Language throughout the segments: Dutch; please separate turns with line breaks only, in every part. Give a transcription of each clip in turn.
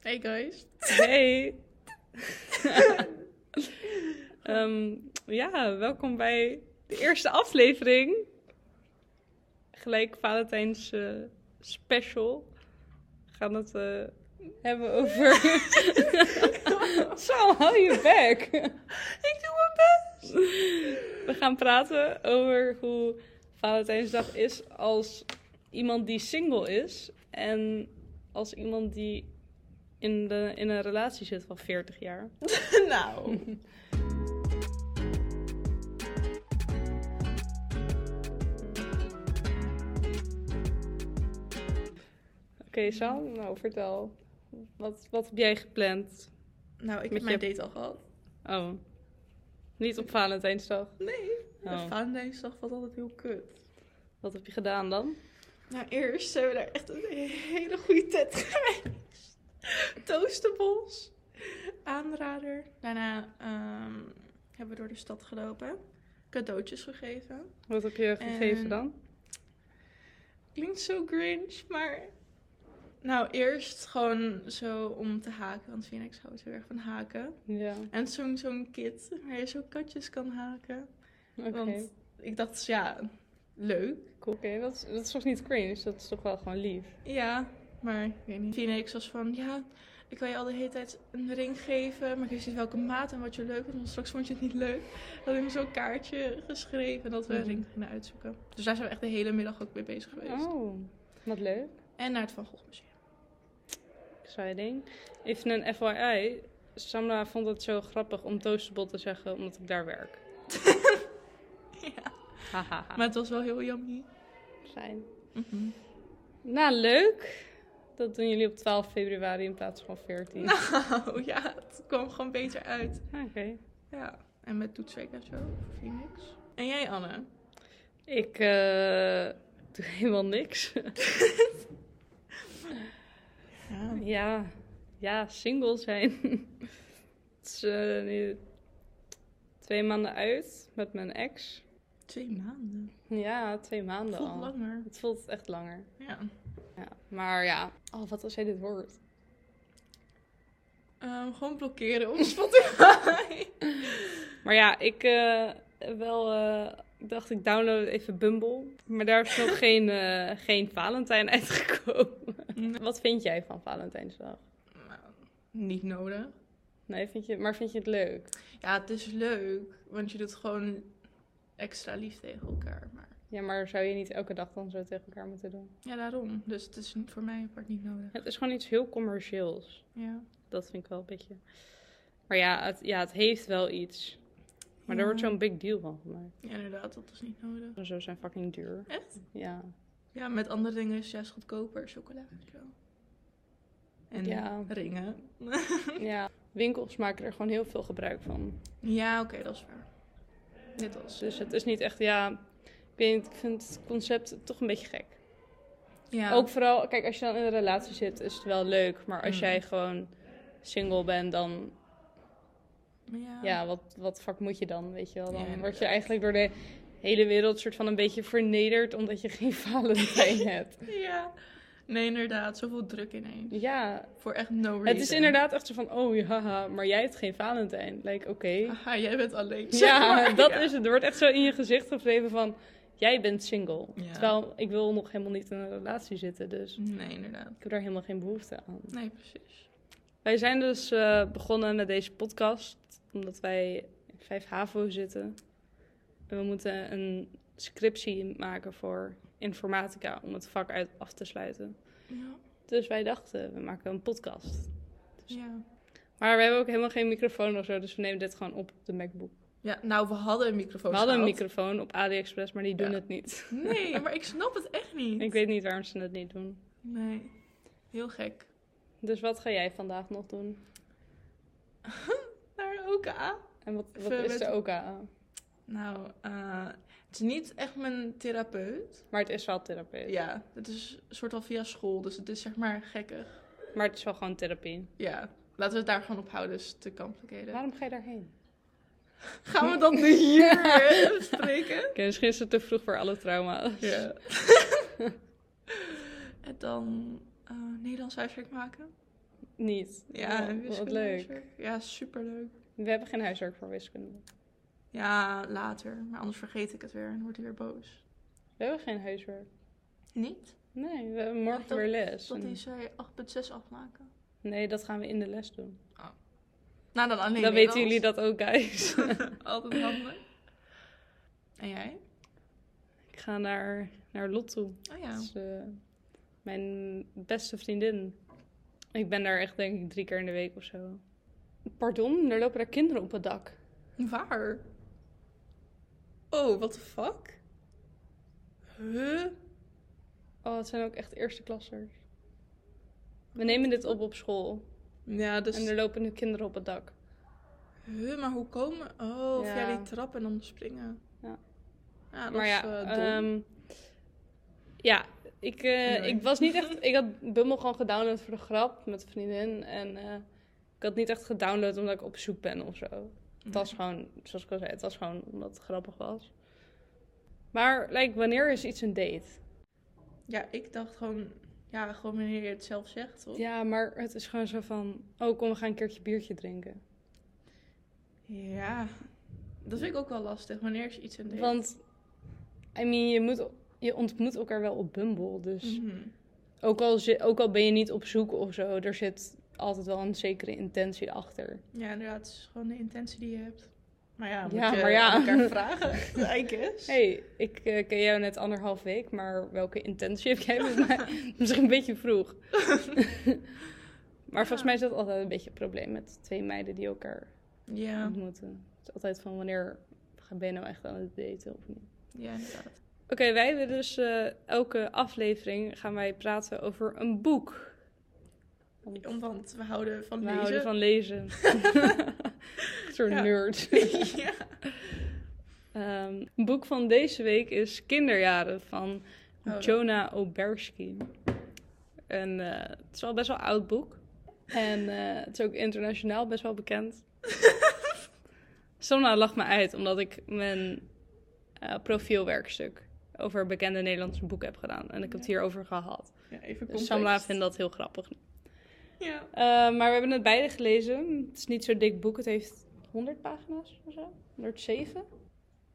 Hey guys.
Hey. Ehm, ja, welkom bij de eerste aflevering. Gelijk Valentijns eh, special. We gaan het eh, hebben over... Zo, hou je bek.
Ik doe mijn best.
We gaan praten over hoe Valentijnsdag is als iemand die single is. En als iemand die in, de, in een relatie zit van 40 jaar.
nou.
Oké,
Mhm.
Sam, nou vertel. Wat, wat heb jij gepland?
Nou, ik
Met
heb mijn
je-
date al gehad.
Oh, niet op Valentijnsdag.
Nee.
Oh.
De Valentijnsdag was altijd heel kut.
Wat heb je gedaan dan?
Nou, eerst zijn we daar echt een hele goede tent geweest. Toastables. Aanrader. Daarna ehm, hebben we door de stad gelopen. Cadeautjes gegeven.
Wat heb je gegeven
Ehm,
dan?
Klinkt zo cringe, maar... Nou, eerst gewoon zo om te haken, want Phoenix houdt heel erg van haken.
Ja,
En zo'n zo'n kit waar je zo katjes kan haken.
oké.
Want ik dacht, ja, leuk.
Cool. Oké, dat, is- dat is toch niet cringe? Dat is toch wel gewoon lief?
Ja, maar ik weet niet. Phoenix was van, ja, ik kan je al de hele tijd een ring geven, maar ik wist niet welke maat en wat je leuk vond. Want straks vond je het niet leuk. Dan heb ik zo'n kaartje geschreven dat we een
Mhm.
ring gingen uitzoeken. Dus daar zijn we echt de hele middag ook mee bezig geweest.
Oh, wat leuk.
En naar het Van Gogh Museum.
Exciting. Even een FYI. Samra vond het zo grappig om toastable te zeggen, omdat ik daar werk.
Ja.
Hahaha.
Maar het was wel heel yummy.
Fijn.
Ah. Mhm.
Nou, leuk. Dat doen jullie op 12 februari in plaats van 14.
Nou ja, het kwam gewoon beter uit.
Ah, Oké.
Ja, en met toetsweek en zo, voor Phoenix. En jij, Anne?
Ik eh, doe helemaal niks.
Oh. Ja.
ja, ja, single zijn. het is eh, nu twee maanden uit met mijn ex.
Twee maanden.
Ja, twee maanden
Voelt
al.
langer.
Het voelt echt langer.
Ja.
Ja. Maar ja, oh, wat als jij dit hoort?
Ehm, gewoon blokkeren op Spotify.
Maar ja, ik eh, wel. eh, ik dacht, ik download even Bumble. Maar daar is nog geen, eh, geen Valentijn uitgekomen.
Nee.
Wat vind jij van Valentijnsdag?
nou, niet nodig.
Nee, vind je, maar vind je het leuk?
Ja, het is leuk, want je doet gewoon extra lief tegen elkaar. Maar
Ja, maar zou je niet elke dag dan zo tegen elkaar moeten doen?
ja, daarom. Dus het is niet voor mij apart niet nodig.
Het is gewoon iets heel commercieels.
Ja.
Dat vind ik wel een beetje. Maar ja, het, ja, het heeft wel iets. Maar daar
Ja.
wordt zo'n big deal van gemaakt.
Ja, inderdaad, dat is niet nodig.
En Zo zijn fucking duur.
Echt?
Ja.
Ja, met andere dingen is het juist goedkoper, chocola en zo. En
Ja.
ringen.
ja. Winkels maken er gewoon heel veel gebruik van.
ja, oké, dat is waar. Dit was.
Dus het is niet echt, ja, ik, weet niet, ik vind het concept toch een beetje gek.
ja.
Ook vooral, kijk, als je dan in een relatie zit, is het wel leuk. Maar als
Mm.
jij gewoon single bent, dan,
Ja.
ja, wat, wat vak moet je dan, weet je
Ja,
wel? Dan word je
inderdaad.
eigenlijk door de hele wereld soort van een beetje vernederd, omdat je geen Valentijn hebt.
Ja. Nee, inderdaad. Zoveel druk ineens.
Ja,
Voor echt no reason.
het is inderdaad echt zo van, oh, ja, haha, maar jij hebt geen Valentijn. Like, oké.
Aha, jij bent alleen. zeg
Ja,
maar.
dat
Ah. Ja.
is het. Er wordt echt zo in je gezicht gevreven van, jij bent single.
Ja.
Terwijl ik wil nog helemaal niet in een relatie zitten, dus...
Nee, inderdaad.
Ik heb daar helemaal geen behoefte aan.
Nee, precies.
Wij zijn dus eh, begonnen met deze podcast omdat wij in 5 HAVO zitten. En we moeten een scriptie maken voor informatica om het vak uit, af te sluiten.
Ja.
Dus wij dachten, we maken een podcast.
ja.
Maar we hebben ook helemaal geen microfoon of zo, dus we nemen dit gewoon op op de MacBook.
Ja, nou, we hadden een microfoon.
We hadden een
gehaald.
microfoon op AliExpress, maar die doen
Ja.
het niet.
Nee, maar ik snap het echt niet.
Ik weet niet waarom ze het niet doen.
Nee. Heel gek.
Dus wat ga jij vandaag nog doen?
Naar de OKA.
En wat, wat
Even
is
met-
de OKA?
Nou, eh, het is niet echt mijn therapeut.
Maar het is wel therapie.
Ja, het is een soort van via school, dus het is zeg maar gekkig.
Maar het is wel gewoon therapie.
Ja, laten we het daar gewoon op houden, dus te complicated.
Waarom ga je daarheen?
Gaan we dat nu hier eh, bespreken?
Oké, misschien is het te vroeg voor alle trauma's.
Ja. en dan eh, Nederlands huiswerk maken.
Niet.
Ja,
Oh,
wiskunde
wat leuk.
huiswerk. Ja, superleuk.
We hebben geen huiswerk voor wiskunde.
Ja, later. Maar anders vergeet ik het weer en word ik weer boos.
We hebben geen huiswerk.
Niet?
Nee, we hebben morgen
Ja, dat-
weer les.
Dat
En-
die zei 8.6 afmaken.
Nee, dat gaan we in de les doen.
Nou, dan alleen
dan weten jullie dat ook, guys.
Altijd handig. En jij?
ik ga naar, naar Lot toe.
Oh
Dat
ja.
is eh, mijn beste vriendin. Ik ben daar echt denk ik drie keer in de week of zo. Pardon, er lopen daar kinderen op het dak.
Waar? Oh, what the fuck? Huh?
Oh, het zijn ook echt eerste klassers. We nemen dit op op school.
Ja, dus...
En er lopen nu kinderen op het dak.
Huh, maar hoe komen... Oh,
Ja.
via die trap en dan springen.
Ja.
Ja, dat
maar
is
ja,
eh, dom.
ehm, ja ik, eh,
Anyway.
ik was niet echt. Ik had Bumble gewoon gedownload voor de grap met een vriendin. En eh, ik had niet echt gedownload omdat ik op zoek ben of zo. Het was gewoon, zoals ik al zei, het was gewoon omdat het grappig was. Maar like, wanneer is iets een date?
Ja, ik dacht gewoon... Ja, gewoon wanneer je het zelf zegt, toch?
Ja, maar het is gewoon zo van. Oh, kom, we gaan een keertje biertje drinken.
Ja. Dat vind ik ook wel lastig. Wanneer is iets een date?
Want, I mean, je, moet, je ontmoet elkaar wel op Bumble. Dus
Mhm.
ook, al, zi- ook al ben je niet op zoek of zo, er zit altijd wel een zekere intentie achter.
Ja, inderdaad. Het is gewoon de intentie die je hebt. Maar ja, moet
Ja,
je
maar ja.
aan elkaar vragen. I guess.
hey, ik eh, ken jou net anderhalf week, maar welke intentie heb jij met mij? Misschien een beetje vroeg. maar volgens mij is dat altijd een beetje een probleem met twee meiden die elkaar
Ja.
ontmoeten. Het is altijd van wanneer ben je nou echt aan het daten of niet?
ja, inderdaad.
Oké, wij hebben dus eh, elke aflevering gaan wij praten over een boek. Want
Om- Want we houden van
we
lezen.
houden Nou, van lezen. Zo'n
Ja.
nerd.
ja.
Ehm, een boek van deze week is Kinderjaren van
Oh, dat-
Jonah Oberski. En eh, het is wel best wel oud boek. En eh, het is ook internationaal best wel bekend. Sonna lacht me uit omdat ik mijn eh, profielwerkstuk over bekende Nederlandse boeken heb gedaan. En ik heb het
Ja.
hierover gehad.
Ja, even
Dus
context.
Samla vindt dat heel grappig.
Ja.
Eh, maar we hebben het beide gelezen. Het is niet zo'n dik boek. Het heeft 100 pagina's of zo. 107.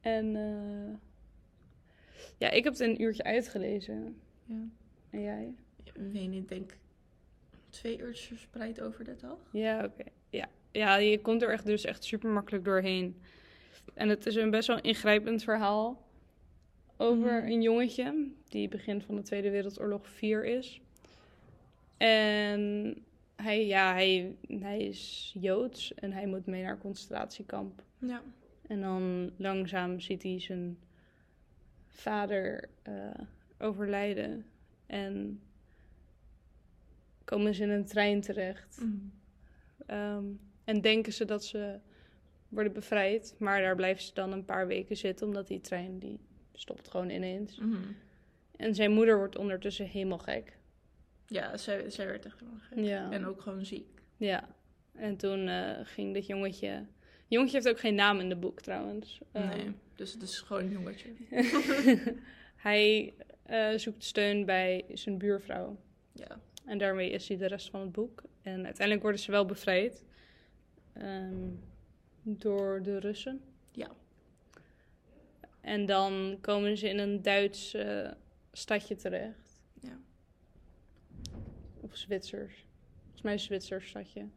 En eh, ja, ik heb het in een uurtje uitgelezen.
ja.
En jij?
Ik weet niet, ik denk twee uurtjes verspreid over de dag.
Ja, oké. Ja. ja, je komt er echt dus echt super makkelijk doorheen. En het is een best wel ingrijpend verhaal over
Mhm.
een jongetje die begin van de Tweede Wereldoorlog 4 is. En hij, ja, hij, hij is Joods en hij moet mee naar een concentratiekamp.
Ja.
En dan langzaam ziet hij zijn vader eh, overlijden. En komen ze in een trein terecht.
Mhm.
Ehm, en denken ze dat ze worden bevrijd. Maar daar blijven ze dan een paar weken zitten. Omdat die trein die stopt gewoon ineens.
Mhm.
En zijn moeder wordt ondertussen helemaal gek.
Ja, zij, zij werd echt helemaal gek.
Ja.
En ook gewoon ziek.
Ja. En toen eh, ging dit jongetje... Jongetje heeft ook geen naam in de boek trouwens. Ehm,
nee. Dus het is gewoon een jongetje.
hij eh, zoekt steun bij zijn buurvrouw.
Ja.
En daarmee is hij de rest van het boek. En uiteindelijk worden ze wel bevrijd. ehm, door de Russen.
Ja.
En dan komen ze in een Duits eh, stadje terecht.
Ja.
Of Zwitsers. Volgens mij een Zwitsers stadje.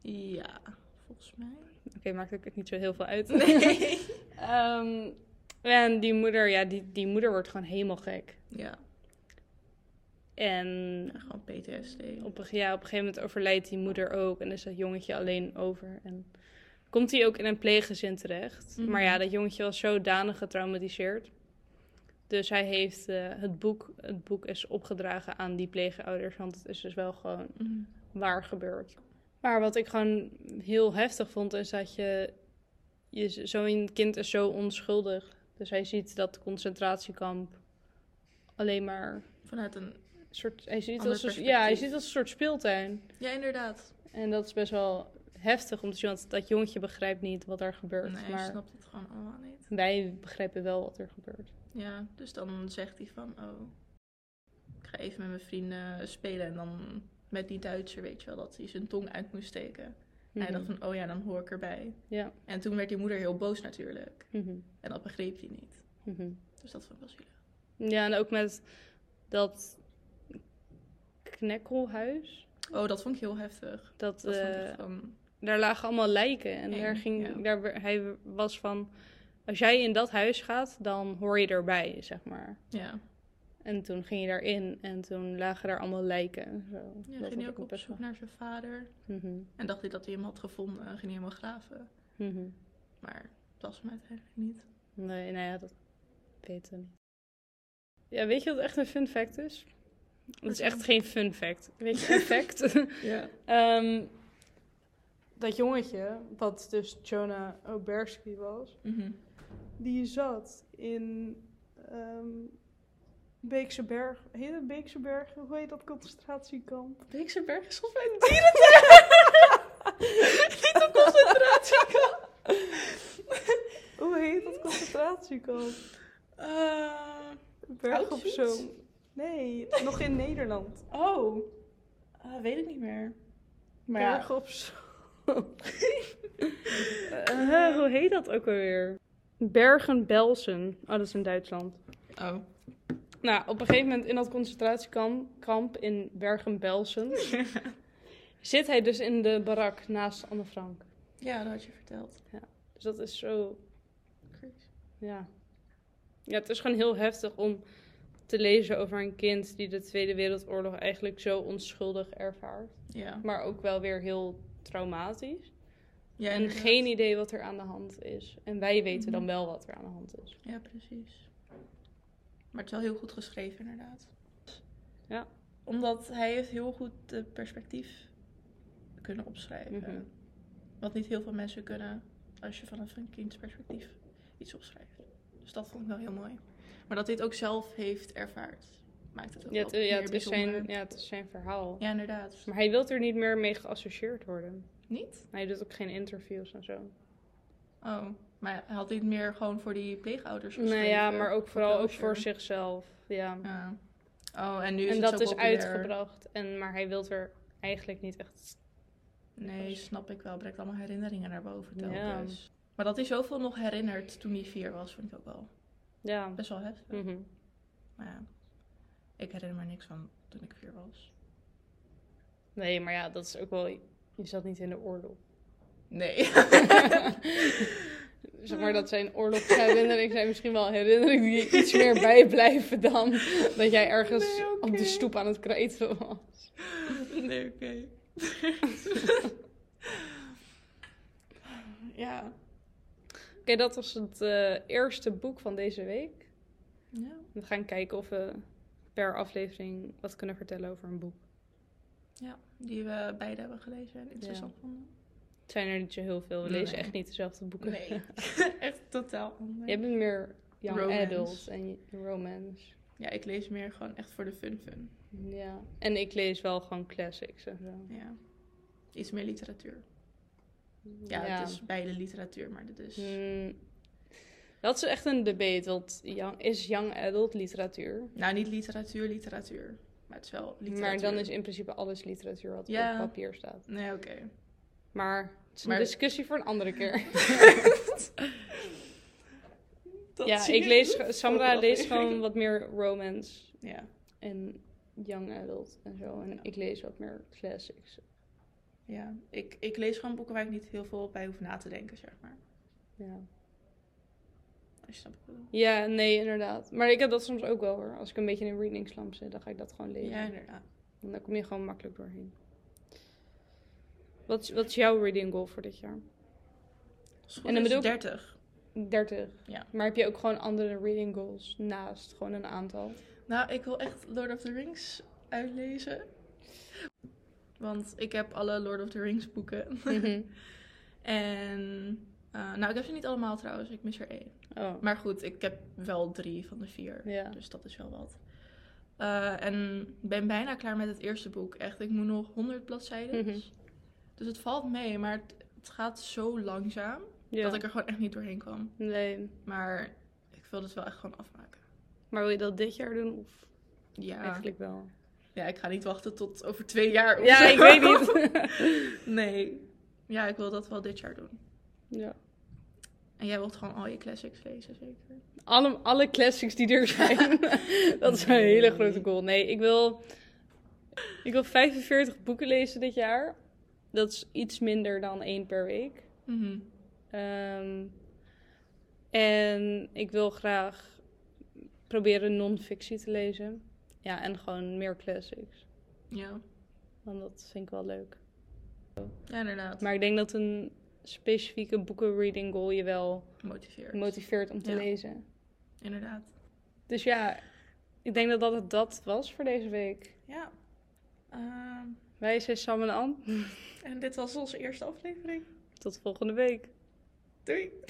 Ja, volgens mij.
Oké, maakt ook niet zo heel veel uit.
Nee.
Ehm, en die moeder, ja, die, die moeder wordt gewoon helemaal gek.
ja,
En
gewoon PTSD.
Op een, ge- ja, op een gegeven moment overlijdt die moeder ook en is dat jongetje alleen over. En komt hij ook in een pleeggezin terecht.
Mhm.
Maar ja, dat jongetje was zodanig getraumatiseerd. Dus hij heeft eh, het, boek, het boek is opgedragen aan die pleegouders, want het is dus wel gewoon
Mhm.
waar gebeurd. Maar wat ik gewoon heel heftig vond, is dat je, je z- zo'n kind is zo onschuldig. Dus hij ziet dat concentratiekamp alleen maar een
Vanuit een...
soort, hij ziet het
Ander
als een, ja, hij
perspectief.
ziet het als een soort speeltuin.
Ja, inderdaad.
En dat is best wel heftig om te zien, want dat jongetje begrijpt niet wat er gebeurt.
Nee, hij
maar
snapt het gewoon allemaal niet.
wij begrijpen wel wat er gebeurt.
Ja, dus dan zegt hij van, oh, ik ga even met mijn vrienden spelen en dan Met die Duitser, weet je wel, dat hij zijn tong uit moest steken. En hij
Mhm.
dacht van, oh ja, dan hoor ik erbij.
Ja.
En toen werd die moeder heel boos natuurlijk.
Mhm.
En dat begreep hij niet.
Mhm.
Dus dat vond ik wel zielig.
Ja, en ook met dat knekkelhuis.
Oh, dat vond ik heel heftig.
Dat,
Dat vond ik
eh,
echt van...
daar lagen allemaal lijken. En
Eng,
daar ging,
ja.
daar, wer- hij was van, als jij in dat huis gaat, dan hoor je erbij, zeg maar.
Ja,
En toen ging je daarin en toen lagen daar allemaal lijken. en Zo.
ja
vond
ging hij
ik
ook op
best
zoek
wel-
naar zijn vader.
Mhm,
En dacht hij dat hij hem had gevonden en ging hij helemaal graven.
mhm.
Maar dat was hem uiteindelijk niet.
Nee, nou ja, dat weten we niet. Ja, weet je wat echt een fun fact is? Dat is echt geen fun fact. Weet je, een fact?
Ja.
Ehm, dat jongetje, wat dus Jonah Oberski was,
Mhm.
die zat in ehm Beekse Berg. Heet het Beekse Berg? Hoe heet dat concentratiekamp?
Beekseberg is op een dierentuin. niet een concentratiekamp.
Hoe heet dat concentratiekamp?
Eh,
Berg op
Auschwitz?
Zoom. Nee, nog in Nederland.
oh, Eh, weet ik niet meer. Maar ja,
Berg op Zoom. Eh, hoe heet dat ook alweer? Bergen-Belsen. Oh, dat is in Duitsland.
Oh.
Nou, op een gegeven moment in dat concentratiekamp kamp in Bergen-Belsen zit hij dus in de barak naast Anne Frank.
Ja, dat had je verteld.
Dus dat is zo,
Crazy.
ja. Ja, het is gewoon heel heftig om te lezen over een kind die de Tweede Wereldoorlog eigenlijk zo onschuldig ervaart.
Ja.
Maar ook wel weer heel traumatisch.
ja
en
inderdaad.
geen idee wat er aan de hand is. En wij weten dan
Mhm.
wel wat er aan de hand is.
Ja, precies. Maar het is wel heel goed geschreven, inderdaad.
Ja.
Omdat hij heeft heel goed de perspectief kunnen opschrijven.
Mhm.
Wat niet heel veel mensen kunnen als je vanaf een kinds perspectief iets opschrijft. Dus dat vond ik wel heel mooi. Maar dat hij het ook zelf heeft ervaard, maakt het ook
Ja,
wel
het, ja,
meer
het, is, zijn,
bijzonder.
ja, het is zijn verhaal.
Ja, inderdaad.
Maar hij wil er niet meer mee geassocieerd worden.
Niet?
Hij doet ook geen interviews en zo.
Oh, maar hij had dit meer gewoon voor die pleegouders geschreven?
Nou ja, maar ook vooral ook
Closure.
voor zichzelf. Ja.
Ja. Oh, en nu is
En
het
dat
zo
is
populair.
uitgebracht. En, maar hij wil er eigenlijk niet echt.
Nee,
Dus-
snap ik wel. Het Brengt allemaal herinneringen naar boven
Ja.
telkens. Maar dat hij zoveel nog herinnert toen hij vier was, vind ik ook wel
Ja.
best wel heftig.
Mhm.
Maar ja, ik herinner me niks van toen ik vier was.
Nee, maar ja, dat is ook wel. Je zat niet in de oorlog.
Nee.
Zeg maar dat zijn oorlogsherinneringen zijn misschien wel herinneringen die iets meer bijblijven dan dat jij ergens
Nee,
op
oké.
de stoep aan het kreten was.
nee, oké. ja.
Oké, dat was het eh, eerste boek van deze week.
ja.
We gaan kijken of we per aflevering wat kunnen vertellen over een boek.
Ja, die we beide hebben gelezen en interessant vonden.
Het zijn er niet zo heel veel. We lezen
Nee.
echt niet dezelfde boeken.
echt totaal anders.
Jij bent meer young
Romance.
adult en je- romance.
Ja, ik lees meer gewoon echt voor de fun fun.
Ja. En ik lees wel gewoon classics en zo.
Ja. Iets meer literatuur. Ja, het is beide literatuur, maar dit is...
Hmm. Dat is echt een debate. Want young, is young adult literatuur?
Nou, niet literatuur, literatuur. Maar het is wel literatuur.
Maar dan is in principe alles literatuur wat
Ja.
op papier staat.
Nee, oké.
Maar het is een
Maar-
discussie voor een andere keer.
Dat
ja,
zie
ik lees,
niet.
ge- Sandra
Volgende
leest gewoon wat meer romance
Ja,
en young adult en zo. En
Ja.
ik lees wat meer classics.
ja. Ik, ik lees gewoon boeken waar ik niet heel veel bij hoef na te denken, zeg maar.
Ja.
Als je snapt wat ik bedoel.
Ja, nee, inderdaad. Maar ik heb dat soms ook wel hoor. Als ik een beetje in een readingslamp zit, dan ga ik dat gewoon lezen.
Ja, inderdaad.
En dan kom je gewoon makkelijk doorheen. Wat is, wat is jouw reading goal voor dit jaar?
en dan bedoel ik... 30.
30.
Ja.
Maar heb je ook gewoon andere reading goals naast? Gewoon een aantal?
Nou, ik wil echt Lord of the Rings uitlezen. Want ik heb alle Lord of the Rings boeken.
Mhm.
en... eh, nou, ik heb ze niet allemaal trouwens. Ik mis er één.
oh,
Maar goed, ik heb wel drie van de vier.
ja.
Dus dat is wel wat. Eh, en ik ben bijna klaar met het eerste boek. Echt, ik moet nog 100 bladzijden.
Mhm.
Dus het valt mee, maar het, het gaat zo langzaam
ja.
dat ik er gewoon echt niet doorheen kwam.
Nee.
Maar ik wil het wel echt gewoon afmaken.
Maar wil je dat dit jaar doen? Of
Ja,
eigenlijk wel?
Ja, ik ga niet wachten tot over twee jaar. Of
Ja,
zo.
ik weet niet.
nee. Ja, ik wil dat wel dit jaar doen.
ja.
En jij wilt gewoon al je classics lezen, zeker?
alle, alle classics die er zijn. dat is een
Nee.
hele grote goal. Nee, ik wil, ik wil 45 boeken lezen dit jaar. Dat is iets minder dan één per week.
Mhm.
Ehm, en ik wil graag proberen non-fictie te lezen. Ja, en gewoon meer classics.
Ja.
Want dat vind ik wel leuk.
ja, inderdaad.
Maar ik denk dat een specifieke boekenreading goal je wel
Motiveert.
motiveert om te
Ja.
lezen.
inderdaad.
Dus ja, ik denk dat dat het dat was voor deze week.
Ja. Ehm,
Wij zijn Sam en Ann.
en dit was onze eerste aflevering.
Tot volgende week.
Doei!